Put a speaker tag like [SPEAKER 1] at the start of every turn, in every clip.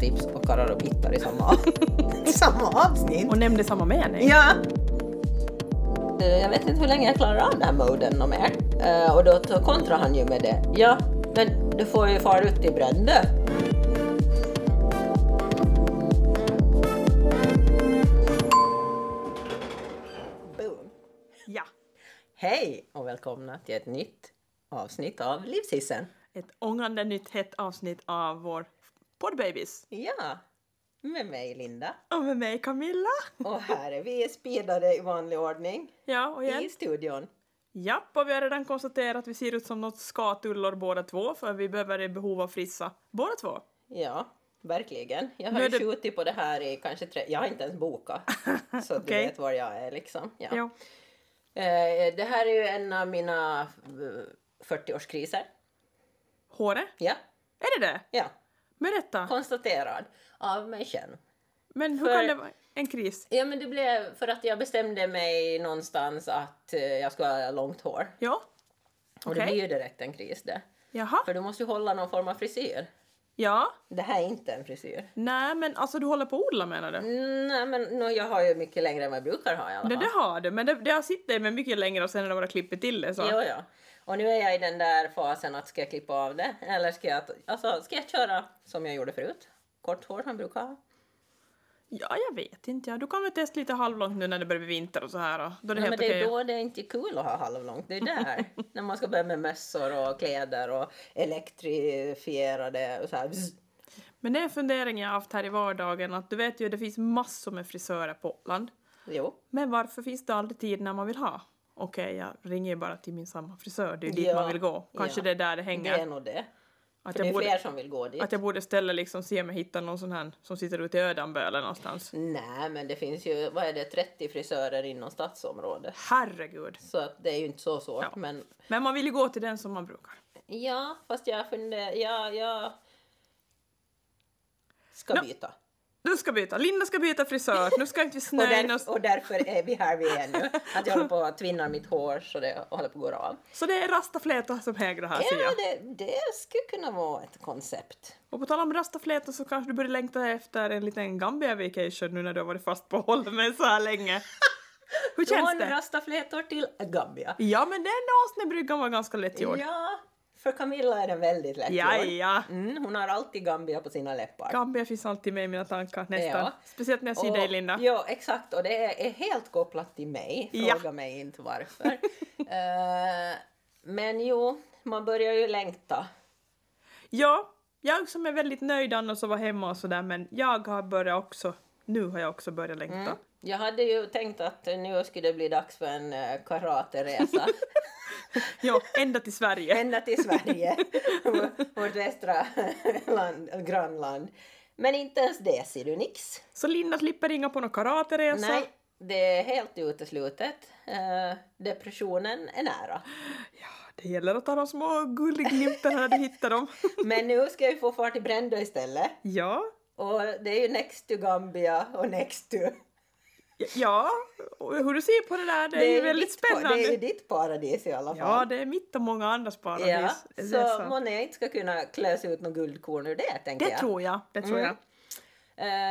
[SPEAKER 1] tips och Karla hittar i samma, samma avsnitt.
[SPEAKER 2] Och nämnde samma mening.
[SPEAKER 1] Ja. Eh, Jag vet inte hur länge jag klarar av den här moden och mer. Eh, Och då t- kontrar han ju med det. Ja, men du får ju fara ut i Brände. Boom.
[SPEAKER 2] Ja.
[SPEAKER 1] Hej och välkomna till ett nytt avsnitt av Livshissen.
[SPEAKER 2] Ett ångande nytt hett avsnitt av vår poddbabys.
[SPEAKER 1] Ja, med mig Linda.
[SPEAKER 2] Och med mig Camilla.
[SPEAKER 1] Och här är vi speedade i vanlig ordning
[SPEAKER 2] Ja, och igen.
[SPEAKER 1] i studion.
[SPEAKER 2] Japp, och vi har redan konstaterat att vi ser ut som något skatullor båda två, för vi behöver i behov av frissa båda två.
[SPEAKER 1] Ja, verkligen. Jag har
[SPEAKER 2] Nu är
[SPEAKER 1] ju
[SPEAKER 2] det-
[SPEAKER 1] skjutit på det här i kanske tre... Jag har inte ens bokat. Så att
[SPEAKER 2] Okej.
[SPEAKER 1] du vet var jag är liksom. Ja.
[SPEAKER 2] Ja.
[SPEAKER 1] Eh, det här är ju en av mina eh, 40-årskriser.
[SPEAKER 2] Håret?
[SPEAKER 1] Ja,
[SPEAKER 2] Är det det?
[SPEAKER 1] ja.
[SPEAKER 2] Berätta.
[SPEAKER 1] Konstaterad av mig själv.
[SPEAKER 2] Men hur
[SPEAKER 1] För-
[SPEAKER 2] kan det vara en kris?
[SPEAKER 1] Ja, men det blev för att jag bestämde mig någonstans att eh, jag ska ha långt hår.
[SPEAKER 2] Ja.
[SPEAKER 1] Och det
[SPEAKER 2] Okej.
[SPEAKER 1] blir ju direkt en kris det.
[SPEAKER 2] Jaha.
[SPEAKER 1] För du måste ju hålla någon form av frisyr.
[SPEAKER 2] Ja.
[SPEAKER 1] Det här är inte en frisyr.
[SPEAKER 2] Nej, men alltså du håller på att odla menar du?
[SPEAKER 1] Mm, Nej, men nå, jag har ju mycket längre än vad jag brukar ha i alla fall.
[SPEAKER 2] Det, det har du, men det, det har suttit med mycket längre och sen har det bara klippt till det alltså? så.
[SPEAKER 1] Jo, ja. Och nu är jag i den där fasen att ska jag klippa av det eller ska jag, alltså, ska jag köra som jag gjorde förut? Kort hår som jag brukar ha.
[SPEAKER 2] Ja, jag vet inte. Ja. Du kan väl testa lite halvlångt nu när det börjar bli vinter och så här. Och då är det
[SPEAKER 1] Nej, men
[SPEAKER 2] helt
[SPEAKER 1] det är
[SPEAKER 2] okej.
[SPEAKER 1] då det är inte är kul att ha halvlångt. Det är där. när man ska börja med mössor och kläder och elektrifierade och så här. bzz.
[SPEAKER 2] Men det är en fundering jag har haft här i vardagen att du vet ju det finns massor med frisörer på Åland.
[SPEAKER 1] Jo.
[SPEAKER 2] Men varför finns det aldrig tid när man vill ha? Okej, jag ringer ju bara till min samma frisör. Det är ju dit
[SPEAKER 1] Ja,
[SPEAKER 2] man vill gå. Kanske
[SPEAKER 1] ja.
[SPEAKER 2] det är där det
[SPEAKER 1] Det
[SPEAKER 2] hänger.
[SPEAKER 1] är nog det.
[SPEAKER 2] att,
[SPEAKER 1] För
[SPEAKER 2] jag
[SPEAKER 1] det är fler
[SPEAKER 2] borde,
[SPEAKER 1] som vill gå dit.
[SPEAKER 2] att jag borde ställa liksom se om jag hittar någon sån här som sitter ute i Ödanbö eller någonstans.
[SPEAKER 1] Nej, men det finns ju, vad är det, 30 frisörer inom stadsområdet.
[SPEAKER 2] Herregud.
[SPEAKER 1] Så att det är ju inte så svårt.
[SPEAKER 2] Ja.
[SPEAKER 1] Men
[SPEAKER 2] Men man vill ju gå till den som man brukar.
[SPEAKER 1] Ja, fast jag funderar... Ja, jag... Ska
[SPEAKER 2] Nå.
[SPEAKER 1] byta.
[SPEAKER 2] Du ska byta. Linda ska byta frisör. Nu ska inte vi
[SPEAKER 1] Och,
[SPEAKER 2] snöa in
[SPEAKER 1] därf-
[SPEAKER 2] oss.
[SPEAKER 1] och därför är vi här vi är nu. Att jag håller på att tvinna mitt hår så det håller på att gå av.
[SPEAKER 2] Så det är rastaflätor som hägrar här ser jag.
[SPEAKER 1] Ja, det, det skulle kunna vara ett koncept.
[SPEAKER 2] Och på tal om rastaflätor så kanske du börjar längta efter en liten Gambia vacation nu när du har varit fast på Holmen så här länge. Hur känns
[SPEAKER 1] Från
[SPEAKER 2] det?
[SPEAKER 1] rastaflätor till Gambia.
[SPEAKER 2] Ja men den åsnebryggan var ganska lätt gjord.
[SPEAKER 1] Ja, för Camilla är den väldigt lätt
[SPEAKER 2] Ja,
[SPEAKER 1] gjord.
[SPEAKER 2] ja.
[SPEAKER 1] Mm, hon har alltid Gambia på sina läppar.
[SPEAKER 2] Gambia finns alltid med i mina tankar nästan.
[SPEAKER 1] Ja.
[SPEAKER 2] Speciellt när jag ser dig Linda.
[SPEAKER 1] Ja, exakt. Och det är, är helt kopplat till mig. Fråga
[SPEAKER 2] Ja.
[SPEAKER 1] mig inte varför. Eh, men jo, man börjar ju längta.
[SPEAKER 2] Ja, jag som är väldigt nöjd annars och var hemma och sådär men jag har börjat också, nu har jag också börjat längta.
[SPEAKER 1] Jag hade ju tänkt att nu skulle det bli dags för en eh, karateresa.
[SPEAKER 2] Ja, ända till Sverige.
[SPEAKER 1] Ända till Sverige, vår- vårt västra land, grannland. Men inte ens det ser du nix.
[SPEAKER 2] Så Linda slipper ringa på någon karateresa.
[SPEAKER 1] Nej, det är helt uteslutet. Eh, depressionen är nära.
[SPEAKER 2] Det gäller att ta de små guldglimtarna när du hittar dem.
[SPEAKER 1] Men nu ska vi få fart i Brändö istället.
[SPEAKER 2] Ja,
[SPEAKER 1] Och det är ju next to Gambia och next to...
[SPEAKER 2] Ja, och hur du ser på det där, det, är ju väldigt
[SPEAKER 1] ditt pa-
[SPEAKER 2] spännande.
[SPEAKER 1] Det är ju ditt paradis i alla
[SPEAKER 2] Ja,
[SPEAKER 1] fall.
[SPEAKER 2] det är mitt och många andras paradis. Det är
[SPEAKER 1] så
[SPEAKER 2] sant.
[SPEAKER 1] månne jag inte ska kunna klösa ut något guldkorn ur det, tänker
[SPEAKER 2] det
[SPEAKER 1] jag.
[SPEAKER 2] tror jag, det tror
[SPEAKER 1] Mm.
[SPEAKER 2] jag.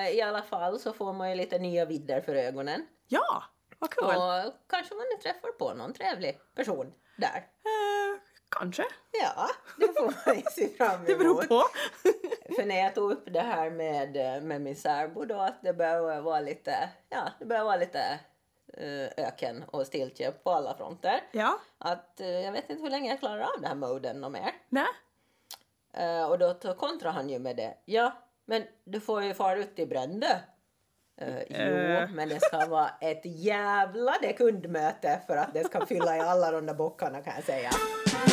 [SPEAKER 1] Eh, I alla fall så får man ju lite nya vidder för ögonen.
[SPEAKER 2] Ja, vad kul!
[SPEAKER 1] Och kanske man träffar på någon trevlig person där.
[SPEAKER 2] Eh, kanske,
[SPEAKER 1] Ja, det får man ju se fram emot.
[SPEAKER 2] det beror på.
[SPEAKER 1] För när jag tog upp det här med, med min särbo då, att det börjar vara lite, ja, det börjar vara lite eh, öken och stiltje på alla fronter.
[SPEAKER 2] ja,
[SPEAKER 1] Att eh, jag vet inte hur länge jag klarar av den här moden och mer.
[SPEAKER 2] nej,
[SPEAKER 1] Eh, och då t- kontrar han ju med det. Ja, men du får ju fara ut i Brände. Eh,
[SPEAKER 2] Eh.
[SPEAKER 1] Jo, men det ska vara ett jävla det kundmöte för att det ska fylla i alla de där bockarna kan jag säga.
[SPEAKER 3] Tillbaks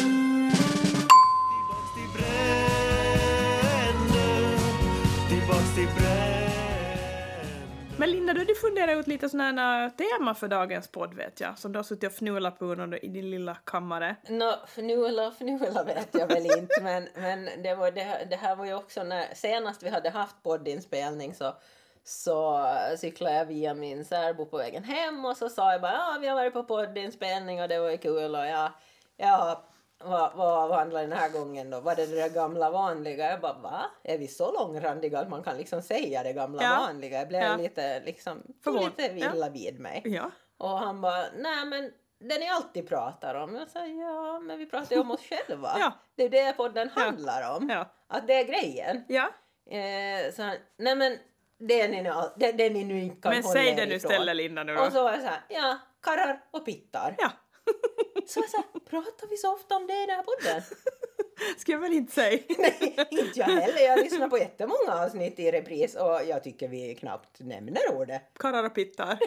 [SPEAKER 3] till bränder Tillbaks till bränder
[SPEAKER 2] men Linda, du hade funderat ut lite sådana här eh, tema för dagens podd vet jag, som du har suttit och fnulat på under i din lilla kammare.
[SPEAKER 1] Nå, fnula, fnula vet jag väl inte, men, men det, var, det, här- det här var ju också när senast vi hade haft poddinspelning så, så cyklade jag via min särbo på vägen hem och så sa jag bara ja, vi har varit på poddinspelning och det var ju kul och jag, jag har vad, vad avhandlar den här gången då? Var det det där gamla vanliga? Jag bara va? Är vi så långrandiga att man kan liksom säga det gamla
[SPEAKER 2] Ja.
[SPEAKER 1] vanliga? Jag blev
[SPEAKER 2] Ja.
[SPEAKER 1] lite liksom, tog
[SPEAKER 2] Förvånad.
[SPEAKER 1] lite
[SPEAKER 2] Ja.
[SPEAKER 1] illa vid mig.
[SPEAKER 2] Ja.
[SPEAKER 1] Och han bara, nej men det ni alltid pratar om. Jag sa, ja men vi pratar ju om oss själva.
[SPEAKER 2] Ja.
[SPEAKER 1] Det är ju det podden
[SPEAKER 2] Ja.
[SPEAKER 1] handlar om.
[SPEAKER 2] Ja.
[SPEAKER 1] Att det är grejen.
[SPEAKER 2] ja.
[SPEAKER 1] Eh, så han, nej men det är ni, nu all- det, det är ni nu inte kan
[SPEAKER 2] Men
[SPEAKER 1] hålla
[SPEAKER 2] säg
[SPEAKER 1] er
[SPEAKER 2] det nu
[SPEAKER 1] ifrån." Alltså-
[SPEAKER 2] istället Linda nu
[SPEAKER 1] Och
[SPEAKER 2] då.
[SPEAKER 1] så var jag såhär, ja, karrar och pittar.
[SPEAKER 2] Ja.
[SPEAKER 1] Så jag sa, pratar vi så ofta om det i den här podden?
[SPEAKER 2] Ska jag väl inte säga.
[SPEAKER 1] Nej, inte jag heller. Jag lyssnar på jättemånga avsnitt i repris och jag tycker vi knappt nämner ordet.
[SPEAKER 2] Karrar och pittar.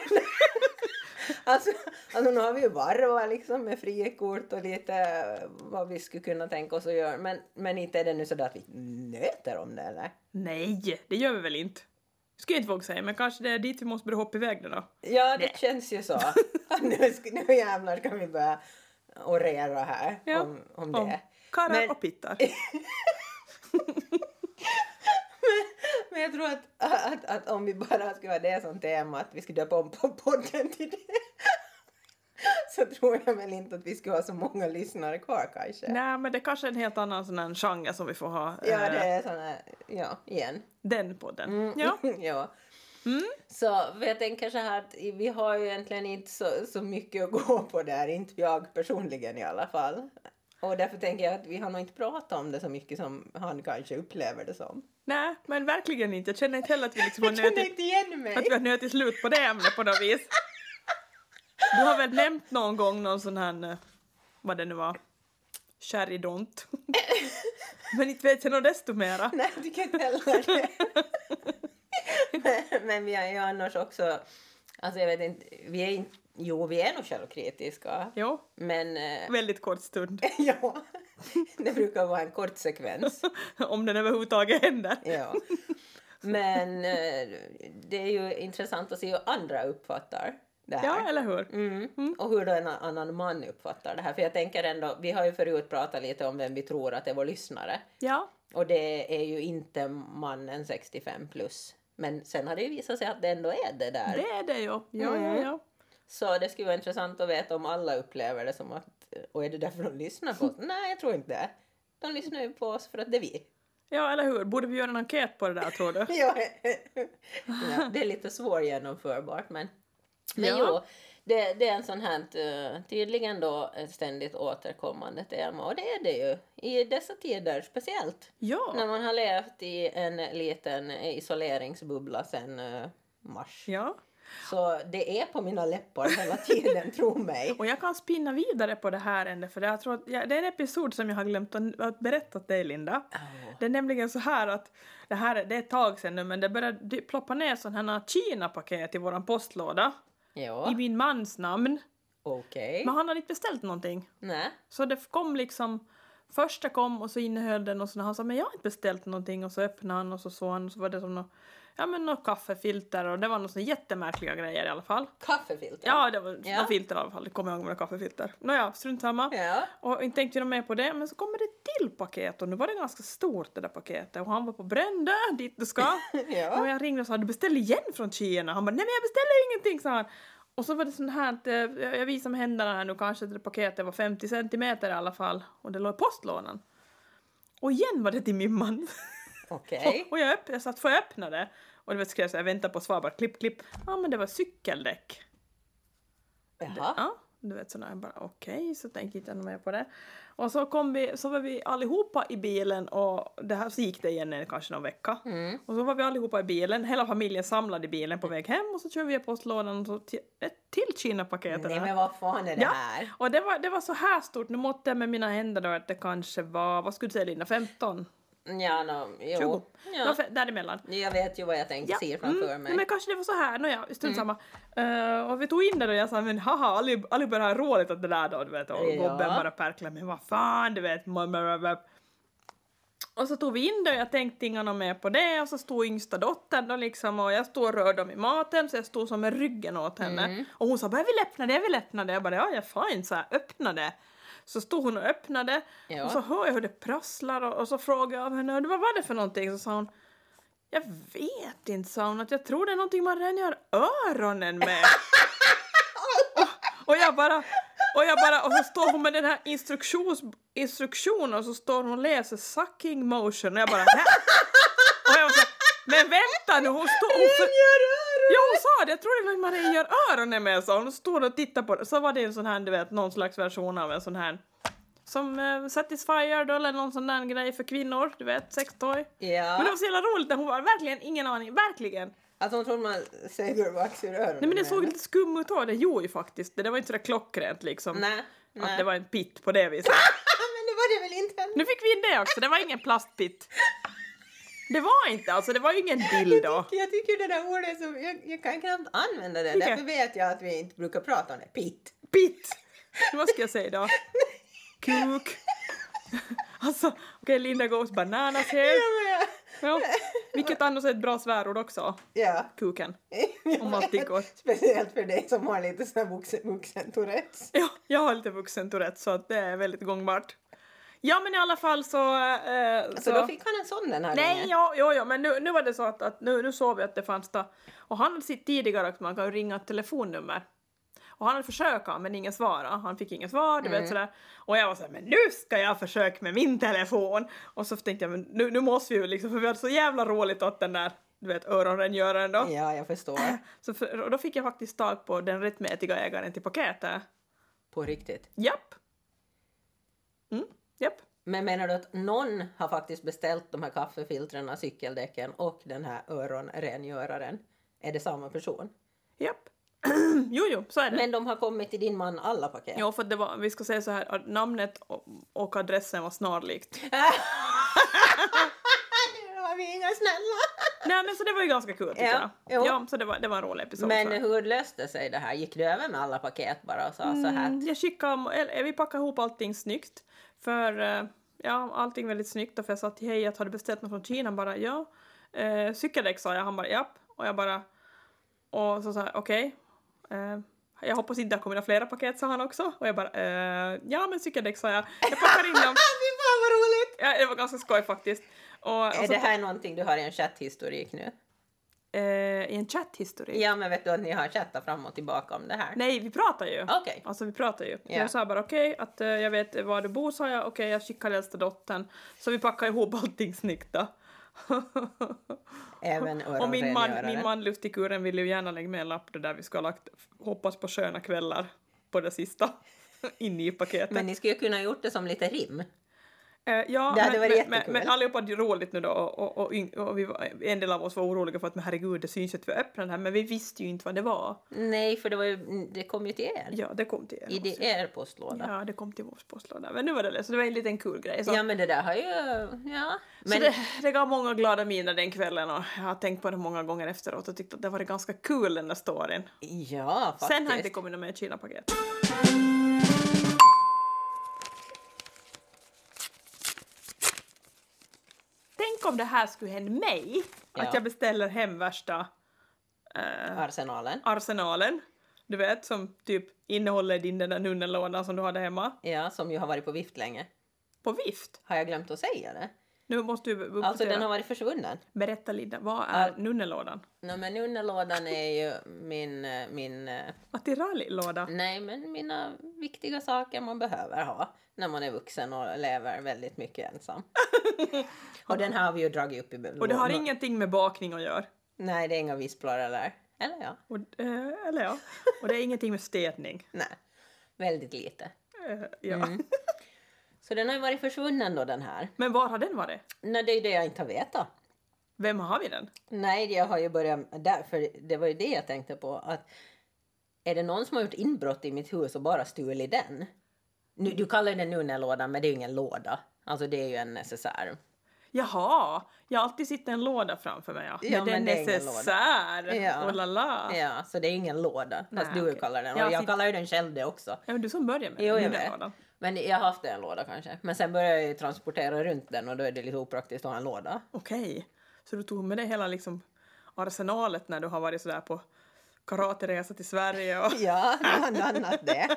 [SPEAKER 1] Alltså, alltså nu har vi ju varvat liksom med frikort och lite eh, vad vi skulle kunna tänka oss att göra. Men, men inte är det nu sådär att vi nöter om det eller?
[SPEAKER 2] Nej, det gör vi väl inte. Skulle jag inte våga säga, men kanske det är dit vi måste börja hoppa iväg nu då.
[SPEAKER 1] Ja, det känns ju så. nu, ska, nu jävlar kan vi börja orera här
[SPEAKER 2] Ja,
[SPEAKER 1] om, om det.
[SPEAKER 2] om Karrar
[SPEAKER 1] Men-
[SPEAKER 2] och pittar.
[SPEAKER 1] Men jag tror att, att, att om vi bara skulle ha det som tema, att vi skulle döpa om på podden till det, så tror jag väl inte att vi skulle ha så många lyssnare kvar kanske.
[SPEAKER 2] Nej, men det kanske är en helt annan sån här genre som vi får ha.
[SPEAKER 1] Ja,
[SPEAKER 2] eh,
[SPEAKER 1] det är såna, ja, igen.
[SPEAKER 2] Den podden.
[SPEAKER 1] Mm,
[SPEAKER 2] Ja.
[SPEAKER 1] ja.
[SPEAKER 2] Mm.
[SPEAKER 1] Så för jag tänker så här att vi har ju egentligen inte så, så mycket att gå på där, inte jag personligen i alla fall. Och därför tänker jag att vi har nog inte pratat om det så mycket som han kanske upplever det som.
[SPEAKER 2] Nej, men verkligen inte. Jag känner inte heller att vi liksom har
[SPEAKER 1] Jag känner
[SPEAKER 2] nötit,
[SPEAKER 1] inte igen mig!
[SPEAKER 2] att vi har nötit slut på det ämnet på något vis. Du har väl nämnt någon gång någon sån här, eh, vad det nu var, sherrydont. men inte vet jag något desto mera.
[SPEAKER 1] Nej, jag tycker inte heller det. men, men vi är ju annars också... Alltså jag vet inte, vi är inte... Jo, vi är nog självkritiska.
[SPEAKER 2] Jo,
[SPEAKER 1] Men... eh,
[SPEAKER 2] väldigt kort stund.
[SPEAKER 1] ja, det brukar vara en kort sekvens.
[SPEAKER 2] Om den överhuvudtaget händer.
[SPEAKER 1] Ja. Men eh, det är ju intressant att se hur andra uppfattar det här.
[SPEAKER 2] Ja, eller hur?
[SPEAKER 1] Mm. Och hur då en annan man uppfattar det här. För jag tänker ändå, vi har ju förut pratat lite om vem vi tror att är vår lyssnare.
[SPEAKER 2] Ja,
[SPEAKER 1] Och det är ju inte mannen 65 plus. Men sen har det ju visat sig att det ändå är det där.
[SPEAKER 2] det är det ju. Ja, ja,
[SPEAKER 1] Mm.
[SPEAKER 2] ja.
[SPEAKER 1] Så det skulle vara intressant att veta om alla upplever det som att... Och är det därför de lyssnar på oss? Nej, jag tror inte det. De lyssnar ju på oss för att det är vi.
[SPEAKER 2] Ja, eller hur? Borde vi göra en enkät på det där, tror du?
[SPEAKER 1] ja, ja, det är lite svårgenomförbart men... Men
[SPEAKER 2] Ja.
[SPEAKER 1] jo, det, det är en sån här eh, tydligen då ett ständigt återkommande tema och det är det ju i dessa tider speciellt. När
[SPEAKER 2] Ja.
[SPEAKER 1] man har levt i en liten isoleringsbubbla sen eh, mars.
[SPEAKER 2] Ja.
[SPEAKER 1] Så det är på mina läppar hela tiden, tro mig.
[SPEAKER 2] Och jag kan spinna vidare på det här ändå, för jag tror att jag, det är en episod som jag har glömt att, att berätta till dig, Linda. Det är nämligen så här att, det här är- det är ett tag sedan nu, men det började dy- ploppa ner sådana här Kina-paket i våran postlåda. I
[SPEAKER 1] Ja,
[SPEAKER 2] min mans namn.
[SPEAKER 1] okej.
[SPEAKER 2] Men han hade inte beställt någonting.
[SPEAKER 1] Nej.
[SPEAKER 2] Så det kom liksom, första kom och så innehöll den och så när han sa men jag har inte beställt någonting och så öppnade han och så såg han och så var det som nå ja men något kaffefilter och det var några såna jättemärkliga grejer i alla fall.
[SPEAKER 1] Kaffefilter.
[SPEAKER 2] Ja, det var
[SPEAKER 1] Ja.
[SPEAKER 2] några filter i alla fall, det kommer jag ihåg med några kaffefilter. Nåja, strunt samma.
[SPEAKER 1] Ja.
[SPEAKER 2] Och inte tänkte jag mer på det, men så kommer det till paket och nu var det ganska stort det där paketet och han var på brände dit du ska. Och
[SPEAKER 1] Ja.
[SPEAKER 2] jag ringde och sa du beställde igen från Kina. Han bara nej men jag beställer ingenting sa han. Och så var det sån här att eh, jag jag visar med händerna här nu kanske att det paketet var 50 centimeter i alla fall och det låg i postlådan. Och igen var det till min man.
[SPEAKER 1] Okej.
[SPEAKER 2] och jag, öpp- jag satt för att öppna det och det var skrev så här vänta på svar bara klipp klipp. Ja men det var cykeldäck.
[SPEAKER 1] Jaha.
[SPEAKER 2] Ja, du vet sådär, jag bara okej, så tänkte inte jag mer på det. Och så kom vi, så var vi allihopa i bilen och det här, så gick det igen i kanske någon vecka.
[SPEAKER 1] Mm.
[SPEAKER 2] Och så var vi allihopa i bilen, hela familjen samlad i bilen på väg hem och så kör vi i postlådan och så till, ett till Kina-paket.
[SPEAKER 1] Nej
[SPEAKER 2] där.
[SPEAKER 1] men vad fan är det
[SPEAKER 2] Ja.
[SPEAKER 1] här?
[SPEAKER 2] Och det var, det var så här stort, nu måttade jag med mina händer då att det kanske var, vad skulle du säga Lina, 15?
[SPEAKER 1] Ja, no, jo.
[SPEAKER 2] 20?
[SPEAKER 1] Ja.
[SPEAKER 2] Nå, fe- däremellan.
[SPEAKER 1] Jag vet ju vad jag tänker se framför
[SPEAKER 2] mm,
[SPEAKER 1] mig. Mm.
[SPEAKER 2] Men kanske det var så här, nåja, strunt samma. Eh, och vi tog in det då och jag sa men haha, Ali, Ali börjar ha roligt åt det där då, du vet. Och
[SPEAKER 1] Ja.
[SPEAKER 2] gubben bara perklar, men vad fan, du vet. ma- ma- ma- ma." Och så tog vi in det och jag tänkte inga något mer på det och så stod yngsta dottern då liksom och jag stod och rörde om i maten så jag stod som med ryggen åt henne. Och hon sa bara jag vill öppna det, jag vill öppna det. Jag bara ja, jag fine, så här, öppna det. Så stod hon och öppnade
[SPEAKER 1] Ja.
[SPEAKER 2] och så hör jag hur det prasslar och, och så frågade jag av henne vad var det för någonting? Så sa hon jag vet inte, sa hon, att jag tror det är någonting man rengör öronen med. och, och jag bara, Och jag bara, och så står hon med den här instruktions, instruktionen och så står hon och läser sucking motion och jag bara Hä? Och jag var så här, men vänta nu, hon står... Hon för, ja hon sa det, jag tror det var Marie gör öronen med sa hon. Hon står och tittar på det. Så var det en sån här, du vet, någon slags version av en sån här som eh, Satisfyer då, eller någon sån där grej för kvinnor, du vet, sextoy.
[SPEAKER 1] Ja.
[SPEAKER 2] Men det var så jävla roligt när hon var verkligen ingen aning, verkligen.
[SPEAKER 1] Alltså hon trodde man segelvax ur öronen.
[SPEAKER 2] Nej men det såg
[SPEAKER 1] med
[SPEAKER 2] lite skum ut av det, jo ju faktiskt. Det där var inte sådär klockrent liksom.
[SPEAKER 1] henne. Nej.
[SPEAKER 2] Att
[SPEAKER 1] nej.
[SPEAKER 2] det var en pitt på det viset.
[SPEAKER 1] men det var det väl inte heller?
[SPEAKER 2] Nu fick vi in det också, det var ingen plastpitt. Det var inte alltså, det var ju ingen dildo.
[SPEAKER 1] Jag tycker, jag tycker det där ordet, som, jag, jag kan knappt använda det.
[SPEAKER 2] Okej.
[SPEAKER 1] Därför vet jag att vi inte brukar prata om det. Pitt.
[SPEAKER 2] Pitt! Vad ska jag säga idag? Kuk. Alltså, okej Linda goes bananas
[SPEAKER 1] Ja,
[SPEAKER 2] here.
[SPEAKER 1] men
[SPEAKER 2] Ja.
[SPEAKER 1] jag-
[SPEAKER 2] Vilket annars är ett bra svärord också.
[SPEAKER 1] ja.
[SPEAKER 2] Kuken.
[SPEAKER 1] Jag
[SPEAKER 2] Om allt
[SPEAKER 1] vet.
[SPEAKER 2] går.
[SPEAKER 1] Speciellt för dig som har lite sån här vuxen, vuxen Tourettes.
[SPEAKER 2] Ja, jag har lite vuxen Tourette så att det är väldigt gångbart. Ja men i alla fall så... eh,
[SPEAKER 1] Så Alltså, då fick han en sån den här
[SPEAKER 2] Nej,
[SPEAKER 1] gången.
[SPEAKER 2] ja, ja, ja, men nu, nu var det så att, att nu, nu såg vi att det fanns då. Och han hade sitt tidigare att man kan ringa ett telefonnummer. Och han hade försökt men ingen svarade. Han fick inget svar, du
[SPEAKER 1] Mm.
[SPEAKER 2] vet sådär. Och jag var såhär, men nu ska jag försöka med min telefon! Och så tänkte jag, men nu, nu måste vi ju liksom, för vi hade så jävla roligt åt den där, du vet, öronrengöraren då.
[SPEAKER 1] Ja, jag förstår.
[SPEAKER 2] Så för, och då fick jag faktiskt tag på den rättmätiga ägaren till paketet.
[SPEAKER 1] På riktigt.
[SPEAKER 2] Japp! Mm, japp.
[SPEAKER 1] Men menar du att någon har faktiskt beställt de här kaffefiltrarna, cykeldäcken och den här öronrengöraren? Är det samma person?
[SPEAKER 2] Japp. jo, jo, så är det.
[SPEAKER 1] Men de har kommit till din man alla paket?
[SPEAKER 2] Ja, för att det var, vi ska säga så här, att namnet och, och adressen var snarlikt.
[SPEAKER 1] nu var vi inga snälla!
[SPEAKER 2] Nej men så det var ju ganska kul tycker
[SPEAKER 1] Ja,
[SPEAKER 2] jag.
[SPEAKER 1] jo.
[SPEAKER 2] Ja, så det var, det var en rolig episod. så här.
[SPEAKER 1] Men hur löste sig det här? Gick du över med alla paket bara och sa så här?
[SPEAKER 2] Mm, jag skickade, eller, eh, vi packade ihop allting snyggt. För, eh, ja, allting väldigt snyggt. Och för jag sa till hej, jag hade beställt något från Kina. Han bara, ja. Eh, cykeldäck sa jag, han bara, japp. Och jag bara, och så sa jag, okej. Eh, jag hoppas inte det har kommit flera paket, sa han också. Och jag bara, eh, ja men cykeldäck sa jag. Jag packar in dem.
[SPEAKER 1] Fy fan vad roligt!
[SPEAKER 2] Ja, det var ganska skoj faktiskt. Och, och
[SPEAKER 1] Är
[SPEAKER 2] så
[SPEAKER 1] det här någonting du har i en chatthistorik nu?
[SPEAKER 2] eh, i en chatthistorik.
[SPEAKER 1] Ja men vet du att ni har chattat fram och tillbaka om det här?
[SPEAKER 2] Nej, vi pratar ju.
[SPEAKER 1] Okej.
[SPEAKER 2] Alltså vi pratar ju.
[SPEAKER 1] Ja.
[SPEAKER 2] Jag sa bara okej, att eh, jag vet var du bor sa jag, okej jag skickar äldsta dottern. Så vi packar ihop allting snyggt då.
[SPEAKER 1] Även
[SPEAKER 2] Och min man,
[SPEAKER 1] öronrengöraren.
[SPEAKER 2] min man luftikuren ville ju gärna lägga med en lapp där vi ska ha lagt, hoppas på sköna kvällar på det sista. Inne i paketet.
[SPEAKER 1] Men ni skulle ju kunna gjort det som lite rim.
[SPEAKER 2] Eh, ja,
[SPEAKER 1] Det
[SPEAKER 2] men,
[SPEAKER 1] hade varit
[SPEAKER 2] men, men,
[SPEAKER 1] jättekul.
[SPEAKER 2] men allihopa hade ju roligt nu då och, och, och, yng- och vi var, en del av oss var oroliga för att men herregud det syns ju att vi öppnar den här men vi visste ju inte vad det var.
[SPEAKER 1] Nej, för det, var ju, det kom ju till er.
[SPEAKER 2] Ja, det kom till er.
[SPEAKER 1] I
[SPEAKER 2] också.
[SPEAKER 1] det er postlåda.
[SPEAKER 2] Ja, det kom till vår postlåda. Men nu var det löst, så det var en liten kul grej. Så.
[SPEAKER 1] Ja, men det där har ju... Ja.
[SPEAKER 2] så
[SPEAKER 1] Men,
[SPEAKER 2] det, det gav många glada miner den kvällen och jag har tänkt på det många gånger efteråt och tyckt att det var ganska kul den där storyn.
[SPEAKER 1] ja, faktiskt.
[SPEAKER 2] Sen har inte kommit något mer Kina-paket. Tänk om det här skulle hända mig,
[SPEAKER 1] Ja.
[SPEAKER 2] att jag beställer hem värsta eh,
[SPEAKER 1] Arsenalen.
[SPEAKER 2] arsenalen, du vet, som typ innehåller din den där nunnelådan som du hade hemma,
[SPEAKER 1] Ja, som ju har varit på vift länge.
[SPEAKER 2] på vift.
[SPEAKER 1] Har jag glömt att säga det?
[SPEAKER 2] Nu måste du uppdatera.
[SPEAKER 1] Alltså, den har varit försvunnen.
[SPEAKER 2] Berätta Linda, vad är nunnelådan?
[SPEAKER 1] No, men nunnelådan är ju min, eh, min... eh,
[SPEAKER 2] Attiralilåda?
[SPEAKER 1] Nej, men mina viktiga saker man behöver ha när man är vuxen och lever väldigt mycket ensam. och den här har vi ju dragit upp i...
[SPEAKER 2] Och det har ingenting med bakning att göra.
[SPEAKER 1] Nej, det är inga visplar eller... Eller ja.
[SPEAKER 2] Och, eh, eller ja. Och det är ingenting med städning.
[SPEAKER 1] Nej, väldigt lite.
[SPEAKER 2] Eh, ja.
[SPEAKER 1] Mm. Så den har ju varit försvunnen då den här.
[SPEAKER 2] Men var har den varit?
[SPEAKER 1] Nej, det är ju det jag inte har vetat.
[SPEAKER 2] Vem har vi den?
[SPEAKER 1] Nej, jag har ju börjat där, för det var ju det jag tänkte på att är det någon som har gjort inbrott i mitt hus och bara stulit den? Nu, du kallar den nunnelådan, men det är ju ingen låda. Alltså det är ju en necessär.
[SPEAKER 2] Jaha! Jag har alltid sitter en låda framför mig. Ja.
[SPEAKER 1] Ja,
[SPEAKER 2] men
[SPEAKER 1] men
[SPEAKER 2] den
[SPEAKER 1] det är ingen
[SPEAKER 2] necessär!
[SPEAKER 1] Ja.
[SPEAKER 2] Oh la la! Ja.
[SPEAKER 1] Ja, så det är ju ingen låda. Fast
[SPEAKER 2] Nej,
[SPEAKER 1] du
[SPEAKER 2] okej.
[SPEAKER 1] kallar den.
[SPEAKER 2] Ja,
[SPEAKER 1] Och jag
[SPEAKER 2] fint.
[SPEAKER 1] kallar ju den själv det också.
[SPEAKER 2] men du som börjar med
[SPEAKER 1] Jo, jag
[SPEAKER 2] nunnelådan.
[SPEAKER 1] vet. Men jag har haft en låda kanske. Men sen började jag ju transportera runt den och då är det lite opraktiskt att ha en låda.
[SPEAKER 2] Okej. Så du tog med dig hela liksom, arsenalet när du har varit sådär på karateresa till Sverige och...
[SPEAKER 1] Ja, bland annat det.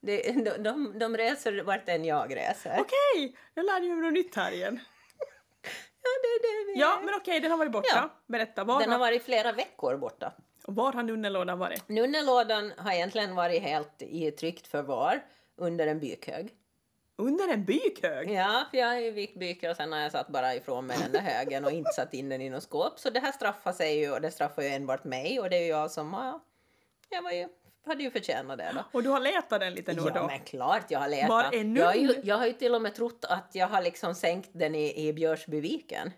[SPEAKER 1] det de, de, de reser vart än jag reser.
[SPEAKER 2] Okej! Jag lärde mig något nytt här igen.
[SPEAKER 1] Ja, det är det vi
[SPEAKER 2] Ja, men okej, den har varit borta.
[SPEAKER 1] Ja.
[SPEAKER 2] Berätta, var
[SPEAKER 1] Den har varit flera veckor borta.
[SPEAKER 2] Och var har nunnelådan varit?
[SPEAKER 1] Nunnelådan har egentligen varit helt i tryggt förvar under en bykhög.
[SPEAKER 2] Under en bykhög?
[SPEAKER 1] Ja, för jag är ju vikbyke och sen har jag satt bara ifrån mig den där högen och inte satt in den i något skåp. Så det här straffar sig ju och det straffar ju enbart mig och det är ju jag som har... Jag var ju, hade ju förtjänat det då.
[SPEAKER 2] Och du har letat den lite nu och
[SPEAKER 1] Ja
[SPEAKER 2] då?
[SPEAKER 1] men klart jag har letat.
[SPEAKER 2] Var är
[SPEAKER 1] jag, har ju,
[SPEAKER 2] Null?
[SPEAKER 1] jag har ju till och med trott att jag har liksom sänkt den i, i Björsbyviken.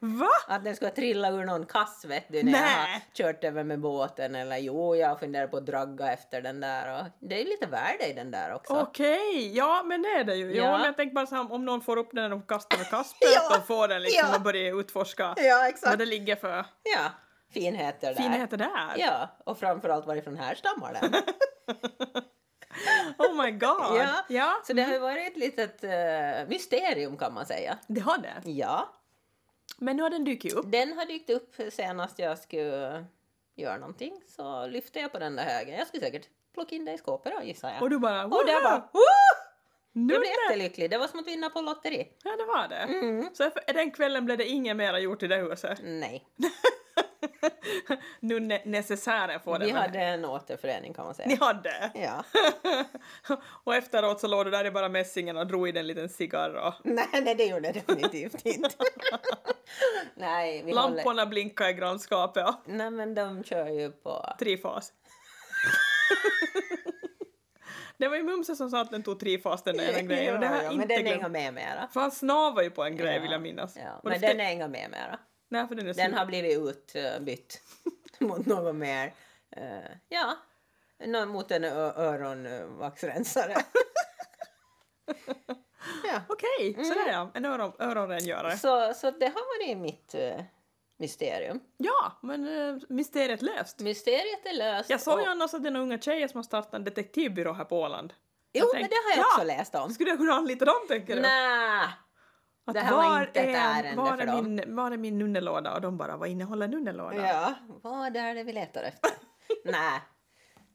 [SPEAKER 2] Va?
[SPEAKER 1] Att den ska trilla ur någon kass vet du när jag har
[SPEAKER 2] Nä.
[SPEAKER 1] kört över med båten eller jo jag funderar på att dragga efter den där och det är lite värde i den där också.
[SPEAKER 2] Okej, ja men det är det ju. Jo,
[SPEAKER 1] Alltså. Ja.
[SPEAKER 2] men jag tänker bara så här, om någon får upp den och kastar med kaspet
[SPEAKER 1] Ja,
[SPEAKER 2] och får den liksom
[SPEAKER 1] ja.
[SPEAKER 2] och börjar utforska
[SPEAKER 1] Ja
[SPEAKER 2] vad
[SPEAKER 1] exakt.
[SPEAKER 2] det ligger för
[SPEAKER 1] Ja, finheter där.
[SPEAKER 2] finheter där.
[SPEAKER 1] Ja, och framförallt varifrån här stammar den.
[SPEAKER 2] Oh my god!
[SPEAKER 1] Ja.
[SPEAKER 2] ja. Mm.
[SPEAKER 1] Så det har ju varit ett litet eh, mysterium kan man säga.
[SPEAKER 2] det har det.
[SPEAKER 1] Ja,
[SPEAKER 2] Men nu har den dykt upp.
[SPEAKER 1] den har dykt upp senast jag skulle göra någonting så lyfte jag på den där högen. Jag skulle säkert plocka in det i skåpet då gissar jag.
[SPEAKER 2] Och du bara
[SPEAKER 1] och där
[SPEAKER 2] "Woho!"
[SPEAKER 1] bara Woo!
[SPEAKER 2] Nu
[SPEAKER 1] Jag blev
[SPEAKER 2] är det.
[SPEAKER 1] jättelycklig, det var som att vinna på lotteri.
[SPEAKER 2] Ja det var det.
[SPEAKER 1] Mm.
[SPEAKER 2] Så för, den kvällen blev det inget mera gjort i det huset.
[SPEAKER 1] Nej,
[SPEAKER 2] nu ne- necessären får den.
[SPEAKER 1] vi
[SPEAKER 2] men-
[SPEAKER 1] hade en återförening kan man
[SPEAKER 2] Ni
[SPEAKER 1] säga.
[SPEAKER 2] hade?
[SPEAKER 1] Ja.
[SPEAKER 2] och efteråt så låg du där i bara mässingen och drog i den en liten cigarr och
[SPEAKER 1] Nej, nej, det gjorde jag definitivt inte. nej, vi håller...
[SPEAKER 2] lamporna blinkade i grannskapet och
[SPEAKER 1] Nej, men de kör ju på...
[SPEAKER 2] trifas. det var ju Mumse som sa att den tog trifas den där ena grejen och det har jag
[SPEAKER 1] Ja,
[SPEAKER 2] inte
[SPEAKER 1] men den är
[SPEAKER 2] glömt.
[SPEAKER 1] inga med mera.
[SPEAKER 2] För han snavade ju på en grej vill jag minnas.
[SPEAKER 1] Ja,
[SPEAKER 2] Och
[SPEAKER 1] men
[SPEAKER 2] det-
[SPEAKER 1] den är inga med mera.
[SPEAKER 2] Nej för den är
[SPEAKER 1] Den
[SPEAKER 2] slut.
[SPEAKER 1] har blivit utbytt mot något mer. eh, ja, nå- mot en ö- öronvaxrensare. ja. Mm.
[SPEAKER 2] Okej, sådär ja. En öron, öronrengörare.
[SPEAKER 1] så, så det har varit mitt eh, mysterium.
[SPEAKER 2] Ja, men eh, mysteriet löst.
[SPEAKER 1] Mysteriet är löst.
[SPEAKER 2] Jag såg ju
[SPEAKER 1] och-
[SPEAKER 2] annars att det är några unga tjejer som har startat en detektivbyrå här på Åland.
[SPEAKER 1] Jo,
[SPEAKER 2] jag
[SPEAKER 1] men
[SPEAKER 2] tänkte-
[SPEAKER 1] det har jag
[SPEAKER 2] Ja!
[SPEAKER 1] också läst om.
[SPEAKER 2] Skulle jag kunna anlita dem tänker du?
[SPEAKER 1] Nej,
[SPEAKER 2] Att
[SPEAKER 1] det här var inte ett ärende
[SPEAKER 2] var
[SPEAKER 1] för
[SPEAKER 2] är
[SPEAKER 1] dem.
[SPEAKER 2] Min, var är min nunnelåda? Och de bara, vad innehåller nunnelådan?
[SPEAKER 1] ja. vad är det vi letar efter? Nej,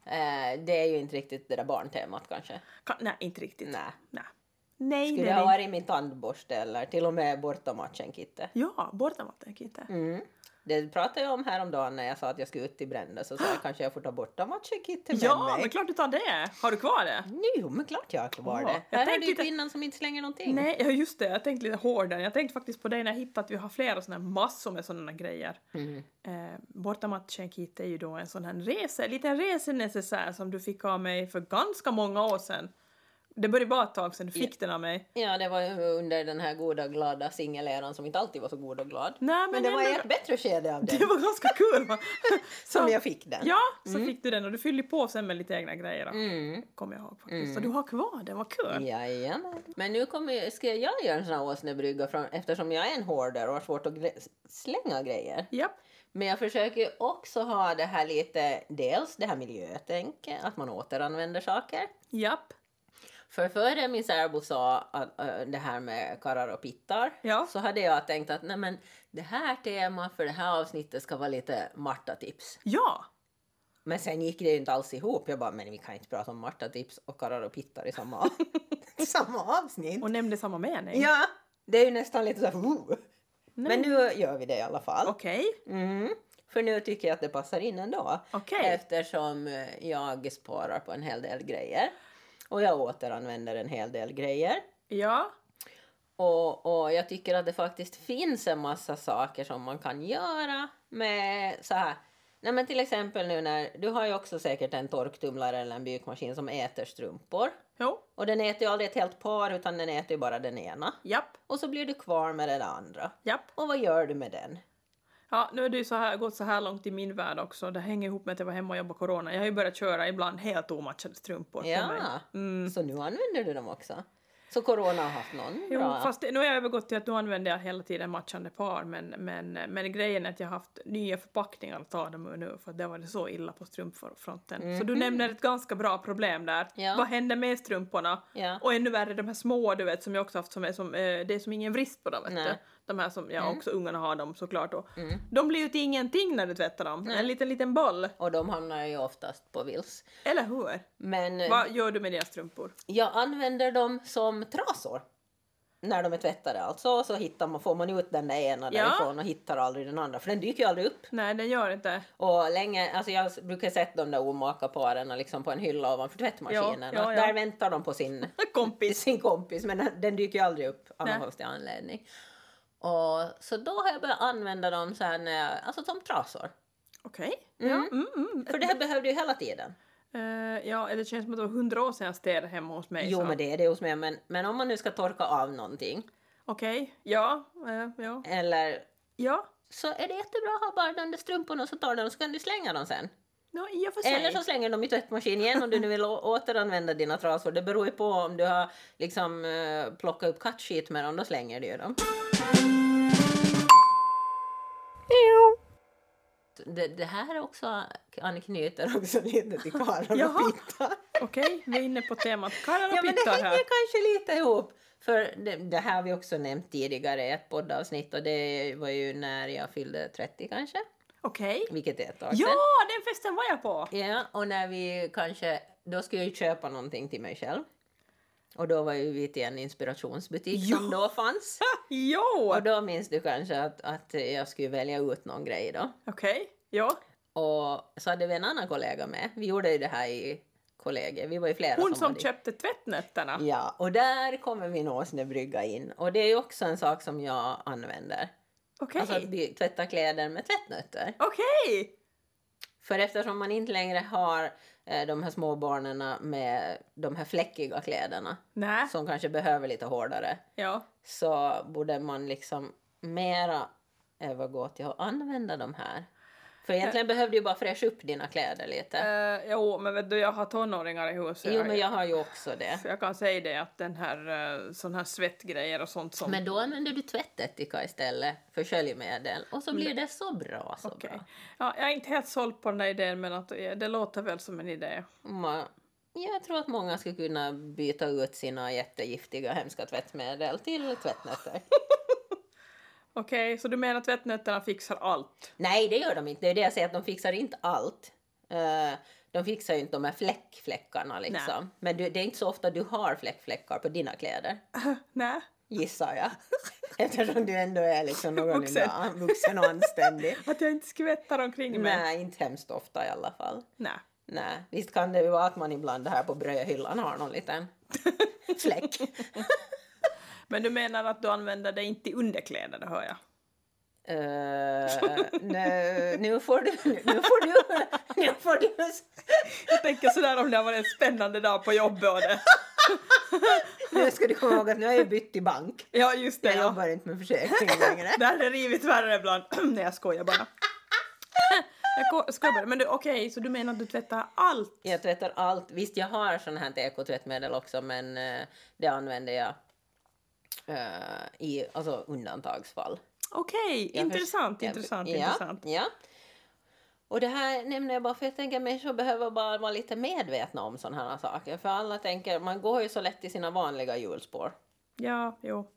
[SPEAKER 1] Eh, det är ju inte riktigt det där barntemat kanske.
[SPEAKER 2] Ka- nej, inte riktigt.
[SPEAKER 1] Nej.
[SPEAKER 2] Nej, nej.
[SPEAKER 1] Skulle
[SPEAKER 2] nej,
[SPEAKER 1] ha
[SPEAKER 2] nej.
[SPEAKER 1] varit min tandborste eller till och med bortom matchen-kittet.
[SPEAKER 2] Ja, bortamatten kan inte.
[SPEAKER 1] Mm. Det pratade jag om häromdagen när jag sa att jag skulle ut i brända så sa jag kanske jag får ta borta matchen-kittet med
[SPEAKER 2] Ja, men
[SPEAKER 1] mig.
[SPEAKER 2] klart du tar det! Har du kvar det?
[SPEAKER 1] Jo, men klart jag har kvar
[SPEAKER 2] Ja,
[SPEAKER 1] det.
[SPEAKER 2] jag
[SPEAKER 1] Här är
[SPEAKER 2] tänkte
[SPEAKER 1] det ju
[SPEAKER 2] lite-
[SPEAKER 1] kvinnan som inte slänger någonting.
[SPEAKER 2] Nej, ja just det, jag tänkte lite hårdare. Jag tänkte faktiskt på dig när jag hittade att vi har flera sådana här massor med sådana här grejer.
[SPEAKER 1] Mm.
[SPEAKER 2] Eh, Bortamatchen kit är ju då en sån här rese, liten resenecessär som du fick av mig för ganska många år sedan. Det började bara ett tag sedan du fick den av mig.
[SPEAKER 1] Ja, det var ju under den här goda glada singeleran som inte alltid var så god och glad.
[SPEAKER 2] Nej, men,
[SPEAKER 1] Men det
[SPEAKER 2] ändå-
[SPEAKER 1] var i ett bättre skede av
[SPEAKER 2] det
[SPEAKER 1] den
[SPEAKER 2] var ganska kul va?
[SPEAKER 1] som
[SPEAKER 2] Så-
[SPEAKER 1] jag fick den.
[SPEAKER 2] Ja, så fick du den och du fyllde på sen med lite egna grejer då,
[SPEAKER 1] Mm.
[SPEAKER 2] kommer jag ihåg faktiskt. Så du har kvar den, vad kul!
[SPEAKER 1] Jajamän. Men nu kommer, jag- ska jag göra en sån här åsnebrygga från, eftersom jag är en hoarder och har svårt att gre- slänga grejer.
[SPEAKER 2] Japp.
[SPEAKER 1] Men jag försöker ju också ha det här lite, dels det här miljötänket, att man återanvänder saker.
[SPEAKER 2] Japp.
[SPEAKER 1] För före min särbo sa att, äh, det här med karrar och pittar
[SPEAKER 2] Ja.
[SPEAKER 1] så hade jag tänkt att nej men det här temat för det här avsnittet ska vara lite Marta-tips.
[SPEAKER 2] Ja!
[SPEAKER 1] Men sen gick det ju inte alls ihop. Jag bara, men vi kan inte prata om Marta-tips och karrar och pittar i samma, i samma avsnitt.
[SPEAKER 2] Och nämnde samma mening.
[SPEAKER 1] Ja, det är ju nästan lite så här, "Oh."
[SPEAKER 2] Nej,
[SPEAKER 1] Men nu gör vi det i alla fall.
[SPEAKER 2] Okej,
[SPEAKER 1] Mm. För nu tycker jag att det passar in ändå.
[SPEAKER 2] okej.
[SPEAKER 1] Äh. Eftersom eh, jag sparar på en hel del grejer. Och jag återanvänder en hel del grejer.
[SPEAKER 2] Ja.
[SPEAKER 1] Och, och jag tycker att det faktiskt finns en massa saker som man kan göra med så här. Nej men till exempel nu när, du har ju också säkert en torktumlare eller en bykmaskin som äter strumpor.
[SPEAKER 2] Jo.
[SPEAKER 1] Och den äter ju aldrig ett helt par utan den äter ju bara den ena.
[SPEAKER 2] Japp.
[SPEAKER 1] Och så blir du kvar med den andra.
[SPEAKER 2] Japp.
[SPEAKER 1] Och vad gör du med den?
[SPEAKER 2] Ja, nu har det ju så här, gått så här långt i min värld också. Det hänger ihop med att jag var hemma och jobbade corona. Jag har ju börjat köra ibland helt omatchade strumpor på mig.
[SPEAKER 1] Ja,
[SPEAKER 2] Mm.
[SPEAKER 1] så nu använder du dem också. Så corona har haft någon
[SPEAKER 2] Jo,
[SPEAKER 1] bra...
[SPEAKER 2] fast det- nu har jag övergått till att nu använder jag hela tiden matchande par men, men, men grejen är att jag har haft nya förpackningar att ta dem ur nu för att det var det så illa på strumpfronten. Så du nämner ett ganska bra problem där.
[SPEAKER 1] Mhm. Ja.
[SPEAKER 2] Vad händer med strumporna?
[SPEAKER 1] Ja.
[SPEAKER 2] Och ännu värre de här små du vet som jag också haft som är som, eh, det är som ingen vrist på dem vet
[SPEAKER 1] Nej. Mm.
[SPEAKER 2] du. De här som, ja också ungarna har dem såklart och de blir ju till ingenting när du tvättar dem. En liten liten boll.
[SPEAKER 1] Och de hamnar ju oftast på vils.
[SPEAKER 2] Eller hur?
[SPEAKER 1] Men
[SPEAKER 2] Vad gör du med dina strumpor?
[SPEAKER 1] jag använder dem som trasor. när de är tvättade alltså, så hittar man, får man ut den där ena
[SPEAKER 2] Ja.
[SPEAKER 1] därifrån och hittar aldrig den andra, för den dyker ju aldrig upp.
[SPEAKER 2] Nej, den gör inte.
[SPEAKER 1] Och länge, alltså jag brukar sett de där omaka paren liksom på en hylla ovanför tvättmaskinen.
[SPEAKER 2] Ja, ja,
[SPEAKER 1] Att
[SPEAKER 2] ja.
[SPEAKER 1] Där väntar de på sin,
[SPEAKER 2] Kompis.
[SPEAKER 1] sin kompis, men den- den dyker ju aldrig upp av någon
[SPEAKER 2] Nej.
[SPEAKER 1] konstig anledning. Och, så då har jag börjat använda dem så här när jag, alltså som trasor.
[SPEAKER 2] Okej.
[SPEAKER 1] Mm.
[SPEAKER 2] Ja, mm, mm.
[SPEAKER 1] För det här behövde jag ju hela tiden.
[SPEAKER 2] Eh, ja, det känns som att det var hundra år sedan jag städade hemma hos mig.
[SPEAKER 1] Jo
[SPEAKER 2] så.
[SPEAKER 1] men det är det hos mig, men, men om man nu ska torka av någonting,
[SPEAKER 2] Okej, ja, eh, ja.
[SPEAKER 1] eller
[SPEAKER 2] Ja,
[SPEAKER 1] så är det jättebra att ha bara de där strumporna och så tar du dem så kan du slänga dem sen.
[SPEAKER 2] no, i och för sig.
[SPEAKER 1] Eller så slänger de i tvättmaskinen igen om du nu vill å- återanvända dina trasor. Det beror ju på om du har liksom eh, plockat upp kattskit med dem, då slänger du ju dem. Det, det här också anknyter också lite till Karan
[SPEAKER 2] Jaha.
[SPEAKER 1] och Pitta.
[SPEAKER 2] Okej, vi är inne på temat Karlar och
[SPEAKER 1] Ja men det
[SPEAKER 2] pittar
[SPEAKER 1] hänger
[SPEAKER 2] här.
[SPEAKER 1] kanske lite ihop. För det, det här har vi också nämnt tidigare i ett poddavsnitt och det var ju när jag fyllde 30 kanske,
[SPEAKER 2] Okej.
[SPEAKER 1] vilket är ett tag
[SPEAKER 2] Ja,
[SPEAKER 1] sedan.
[SPEAKER 2] den festen var jag på!
[SPEAKER 1] Ja, och när vi kanske... Då skulle jag ju köpa någonting till mig själv. Och då var ju vi till en inspirationsbutik som
[SPEAKER 2] Ja.
[SPEAKER 1] då fanns.
[SPEAKER 2] Jo!
[SPEAKER 1] Och då minns du kanske att, att jag skulle välja ut någon grej då.
[SPEAKER 2] Okej, ja.
[SPEAKER 1] Och så hade vi en annan kollega med. Vi gjorde ju det här i kollegiet. Vi var ju flera
[SPEAKER 2] Hon
[SPEAKER 1] var
[SPEAKER 2] som
[SPEAKER 1] dit.
[SPEAKER 2] köpte tvättnätterna.
[SPEAKER 1] Ja, och där kommer min åsnebrygga in. Och det är ju också en sak som jag använder.
[SPEAKER 2] Okej.
[SPEAKER 1] Alltså att by- tvätta kläder med tvättnötter.
[SPEAKER 2] Okej!
[SPEAKER 1] För eftersom man inte längre har eh, de här små barnen med de här fläckiga kläderna
[SPEAKER 2] Nej,
[SPEAKER 1] som kanske behöver lite hårdare
[SPEAKER 2] ja.
[SPEAKER 1] så borde man liksom mera övergå till att använda de här. För egentligen behövde du ju bara fräscha upp dina kläder lite.
[SPEAKER 2] Uh, jo, men vet du, jag har tonåringar i huset.
[SPEAKER 1] Jo, men jag har ju också det.
[SPEAKER 2] Så jag kan säga det att den här, eh, sån här svettgrejer och sånt som...
[SPEAKER 1] Men då använder du tvättetika istället för sköljmedel och så blir det så bra, så
[SPEAKER 2] Okej.
[SPEAKER 1] bra.
[SPEAKER 2] Ja, jag är inte helt såld på den där idén men att, eh, det låter väl som en idé.
[SPEAKER 1] Man, jag tror att många skulle kunna byta ut sina jättegiftiga hemska tvättmedel till tvättnötter.
[SPEAKER 2] Okej, så du menar att tvättnätterna fixar allt?
[SPEAKER 1] Nej, det gör de inte. Det är det jag säger, att de fixar inte allt. Eh, De fixar ju inte de här fläckfläckarna liksom. Men du, det är inte så ofta du har fläckfläckar på dina kläder,
[SPEAKER 2] Nej.
[SPEAKER 1] gissar jag. Eftersom du ändå är liksom någorlunda
[SPEAKER 2] Vuxen.
[SPEAKER 1] an- vuxen och anständig.
[SPEAKER 2] Att jag inte skvättar omkring mig?
[SPEAKER 1] Nej, inte hemskt ofta i alla fall.
[SPEAKER 2] Nej.
[SPEAKER 1] Nej, visst kan det ju vara att man ibland här på brödhyllan har någon liten fläck.
[SPEAKER 2] Men du menar att du använder det inte i underkläder, det hör jag.
[SPEAKER 1] Eh, nu, nu får du... Nu får du... Nu får du
[SPEAKER 2] Jag tänker sådär om det har varit en spännande dag på jobbet och det...
[SPEAKER 1] Nu ska du komma ihåg att nu har jag ju bytt till bank.
[SPEAKER 2] Ja, just det.
[SPEAKER 1] Jag
[SPEAKER 2] Ja.
[SPEAKER 1] jobbar inte med försäkring längre.
[SPEAKER 2] Det hade rivit värre ibland. Nej, jag skojar bara. Jag ko- skojar bara. Men du, okej, så du menar att du tvättar allt?
[SPEAKER 1] Jag tvättar allt. Visst, jag har sån här ekotvättmedel också, men eh, det använder jag eh, i alltså, undantagsfall.
[SPEAKER 2] Okej,
[SPEAKER 1] Jag förs-
[SPEAKER 2] intressant,
[SPEAKER 1] jag-
[SPEAKER 2] intressant,
[SPEAKER 1] ja,
[SPEAKER 2] intressant.
[SPEAKER 1] Ja. Och det här nämner jag bara för jag tänker att människor behöver bara vara lite medvetna om sådana här saker. För alla tänker, man går ju så lätt i sina vanliga hjulspår.
[SPEAKER 2] Ja, jo.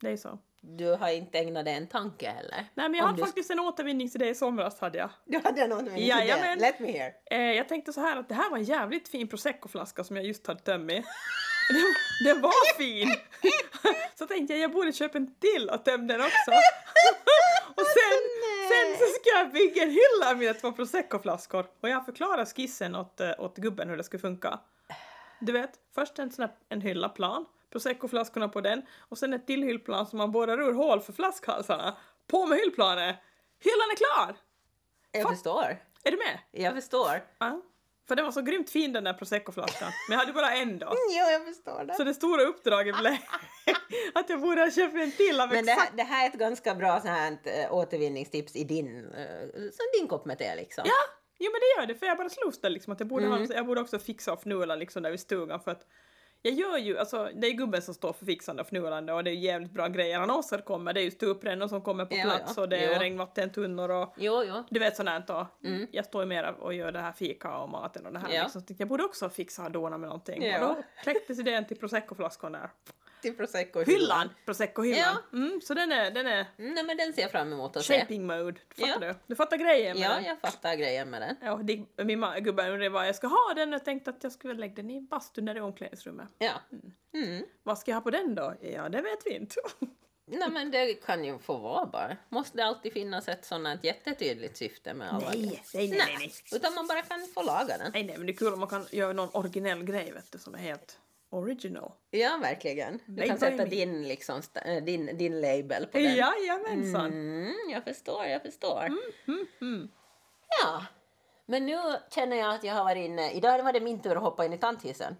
[SPEAKER 2] Det är så.
[SPEAKER 1] Du har inte ägnat det en tanke heller.
[SPEAKER 2] Nej, men jag
[SPEAKER 1] Om
[SPEAKER 2] hade
[SPEAKER 1] du-
[SPEAKER 2] faktiskt en återvinningsidé i somras, hade jag.
[SPEAKER 1] Du hade något med det.
[SPEAKER 2] Jajamän.
[SPEAKER 1] Let me hear.
[SPEAKER 2] Eh, jag tänkte så här att det här var en jävligt fin prosecco-flaska som jag just hade tömt i. Den, den var fin! Så tänkte jag jag borde köpa en till och tömma den också. Och sen, sen så ska jag bygga en hylla med mina två prosecco-flaskor. Och jag förklarar skissen åt, eh, åt gubben hur det skulle funka. Du vet, först en, sån här, en hylla plan, prosecco-flaskorna på den och sen ett till hyllplan som man borrar ur hål för flaskhalsarna. På med hyllplanet! Hyllan är klar!
[SPEAKER 1] Jag
[SPEAKER 2] Fuck.
[SPEAKER 1] förstår.
[SPEAKER 2] Är du med?
[SPEAKER 1] Jag förstår.
[SPEAKER 2] Ja. För den var så grymt fin den där proseccoflaskan. Men jag hade bara en då.
[SPEAKER 1] Jo, jag förstår det.
[SPEAKER 2] Så det stora uppdraget blev att jag borde ha köpt en till av
[SPEAKER 1] Men det, här-
[SPEAKER 2] exakt...
[SPEAKER 1] det här är ett ganska bra så här, äh, återvinningstips i din, äh, så din kopp med te liksom.
[SPEAKER 2] Ja! Jo men det gör det, för jag bara slogs där liksom att jag borde,
[SPEAKER 1] Mm.
[SPEAKER 2] ha, jag borde också fixa och fnula liksom där vid stugan för att jag gör ju, alltså det är gubben som står för fixande och fnulande och det är ju jävligt bra grejer han åstadkommer. Det är ju stuprännor som kommer på
[SPEAKER 1] Ja,
[SPEAKER 2] plats
[SPEAKER 1] ja.
[SPEAKER 2] och det är
[SPEAKER 1] Ja.
[SPEAKER 2] regnvattentunnor och
[SPEAKER 1] Jo, jo.
[SPEAKER 2] du vet sånt där. och
[SPEAKER 1] Mm.
[SPEAKER 2] Jag står ju mera och gör det här fika och maten och det här
[SPEAKER 1] Ja.
[SPEAKER 2] liksom. Så tänkte Jag borde också fixa och dona med någonting.
[SPEAKER 1] Ja.
[SPEAKER 2] Och då kläcktes idén till proseccoflaskan där.
[SPEAKER 1] till prosecco-hyllan.
[SPEAKER 2] Hyllan! Prosecco-hyllan. Mm, så den är, den är
[SPEAKER 1] Mm, nej, men den ser jag fram emot att se.
[SPEAKER 2] shaping mode. Du fattar
[SPEAKER 1] Ja.
[SPEAKER 2] du? Du fattar grejen med
[SPEAKER 1] Ja,
[SPEAKER 2] den?
[SPEAKER 1] jag fattar grejen med den.
[SPEAKER 2] Ja, och Dick, min ma- gubbe undrade vad jag ska ha den och jag tänkte att jag skulle lägga den i bastun när det är omklädningsrummet.
[SPEAKER 1] Ja. Mm.
[SPEAKER 2] Vad ska jag ha på den då? Ja, det vet vi inte.
[SPEAKER 1] Nej, men det kan ju få vara bara. Måste det alltid finnas ett sådant jättetydligt syfte med alla grejer?
[SPEAKER 2] nej,
[SPEAKER 1] nej, nej. Utan man bara kan få laga den.
[SPEAKER 2] Nej, nej, men det är kul om man kan göra någon originell grej vet du, som är helt original.
[SPEAKER 1] Ja, verkligen. Du
[SPEAKER 2] Nej,
[SPEAKER 1] kan
[SPEAKER 2] vad är
[SPEAKER 1] sätta
[SPEAKER 2] min-
[SPEAKER 1] din, liksom, sta- äh, din, din label på den.
[SPEAKER 2] Jajamensan!
[SPEAKER 1] Mm, jag förstår, jag förstår.
[SPEAKER 2] Mm.
[SPEAKER 1] Ja. Men nu känner jag att jag har varit inne... Idag var det min tur att hoppa in i tanthissen.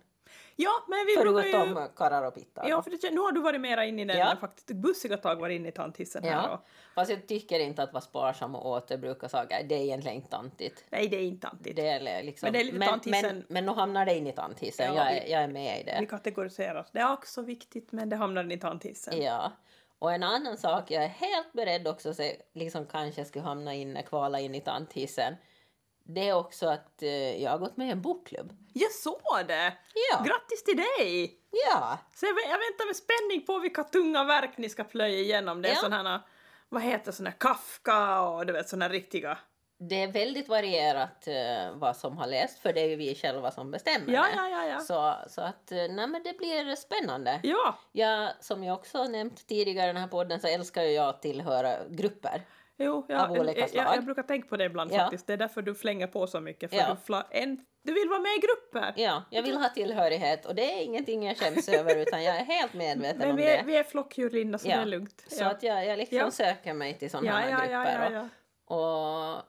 [SPEAKER 2] Ja, men vi brukar ju...
[SPEAKER 1] Förutom Karrar och Pitta.
[SPEAKER 2] Ja, för det, nu har du varit mera inne i den
[SPEAKER 1] Ja.
[SPEAKER 2] än faktiskt. Bussiga tag var inne i tanthissen här
[SPEAKER 1] Ja.
[SPEAKER 2] och...
[SPEAKER 1] Fast jag tycker inte att vara sparsam och återbruka saker, det är egentligen inte tantigt.
[SPEAKER 2] Nej, det är inte tantigt.
[SPEAKER 1] Det är liksom,
[SPEAKER 2] Men det är lite
[SPEAKER 1] men,
[SPEAKER 2] tanthissen.
[SPEAKER 1] men, men nu hamnar det in i tanthissen,
[SPEAKER 2] Ja,
[SPEAKER 1] jag, är,
[SPEAKER 2] vi-
[SPEAKER 1] jag är med i det.
[SPEAKER 2] Vi kategoriserar. Det är också viktigt, men det hamnar i tanthissen.
[SPEAKER 1] Ja. Och en annan sak, jag är helt beredd också att se, liksom kanske skulle hamna in, kvala in i tanthissen. Det är också att eh, jag har gått med i en bokklubb.
[SPEAKER 2] Jag såg det!
[SPEAKER 1] Ja.
[SPEAKER 2] Grattis till dig!
[SPEAKER 1] Ja,
[SPEAKER 2] Så jag, vä- jag väntar med spänning på vilka tunga verk ni ska plöja igenom. Det är
[SPEAKER 1] Ja.
[SPEAKER 2] sådana här, vad heter sådana här Kafka och du vet sådana här riktiga.
[SPEAKER 1] det är väldigt varierat eh, vad som har läst, för det är ju vi själva som bestämmer
[SPEAKER 2] Ja,
[SPEAKER 1] det.
[SPEAKER 2] ja, ja, ja.
[SPEAKER 1] Så, så att, eh, nej men det blir spännande.
[SPEAKER 2] Ja,
[SPEAKER 1] Ja, som jag också har nämnt tidigare i den här podden så älskar ju jag att tillhöra grupper.
[SPEAKER 2] jo, ja,
[SPEAKER 1] Av olika
[SPEAKER 2] jag, jag,
[SPEAKER 1] slag.
[SPEAKER 2] jag brukar tänka på det ibland
[SPEAKER 1] Ja.
[SPEAKER 2] faktiskt. Det är därför du flänger på så mycket. För
[SPEAKER 1] Ja.
[SPEAKER 2] du, fla, en, du vill vara med i grupper.
[SPEAKER 1] Ja, jag vill ha tillhörighet och det är ingenting jag skäms över utan jag är helt medveten
[SPEAKER 2] Men
[SPEAKER 1] om
[SPEAKER 2] vi
[SPEAKER 1] det.
[SPEAKER 2] är, vi är flockdjur Linda, så
[SPEAKER 1] Ja.
[SPEAKER 2] det är lugnt.
[SPEAKER 1] Så att jag, jag liksom
[SPEAKER 2] Ja.
[SPEAKER 1] söker mig till sådana
[SPEAKER 2] ja,
[SPEAKER 1] här
[SPEAKER 2] ja, ja, ja,
[SPEAKER 1] grupper.
[SPEAKER 2] ja.
[SPEAKER 1] Och, och,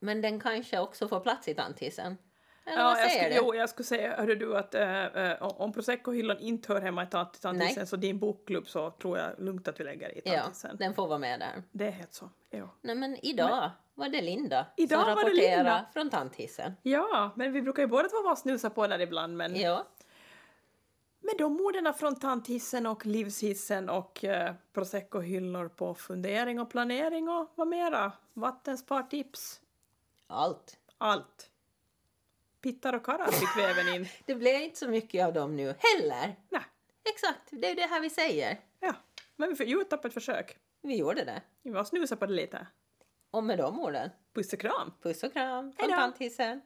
[SPEAKER 1] men den kanske också får plats i tanthissen. Eller vad
[SPEAKER 2] Ja, jag
[SPEAKER 1] säger
[SPEAKER 2] skulle,
[SPEAKER 1] du?
[SPEAKER 2] jo, jag skulle säga, hörde du att eh, eh, om proseccohyllan inte hör hemma i tant-
[SPEAKER 1] Nej.
[SPEAKER 2] tantisen så din bokklubb så tror jag lugnt att vi lägger det i
[SPEAKER 1] ja,
[SPEAKER 2] tantisen.
[SPEAKER 1] den får vara med där.
[SPEAKER 2] Det är helt så. Ja.
[SPEAKER 1] Nej men idag var det Linda
[SPEAKER 2] Idag
[SPEAKER 1] som
[SPEAKER 2] var det
[SPEAKER 1] rapporterade
[SPEAKER 2] Linda.
[SPEAKER 1] från tanthissen.
[SPEAKER 2] Ja, men vi brukar ju båda två vara snusa på den ibland. Men,
[SPEAKER 1] Ja,
[SPEAKER 2] men de orden från tanthissen och livshissen och eh, proseccohyllor på fundering och planering och vad mera? Vattenspartips.
[SPEAKER 1] allt.
[SPEAKER 2] Allt. Pittar och karrar fick vi även in.
[SPEAKER 1] Det blev inte så mycket av dem nu heller.
[SPEAKER 2] Nej,
[SPEAKER 1] Exakt, det är det här vi säger.
[SPEAKER 2] ja. Men vi får gjorde upp ett försök.
[SPEAKER 1] Vi gjorde det.
[SPEAKER 2] Vi var snusa på det lite.
[SPEAKER 1] Och med de orden,
[SPEAKER 2] Puss och kram!
[SPEAKER 1] puss och kram från
[SPEAKER 2] Hejdå.
[SPEAKER 1] tanthissen.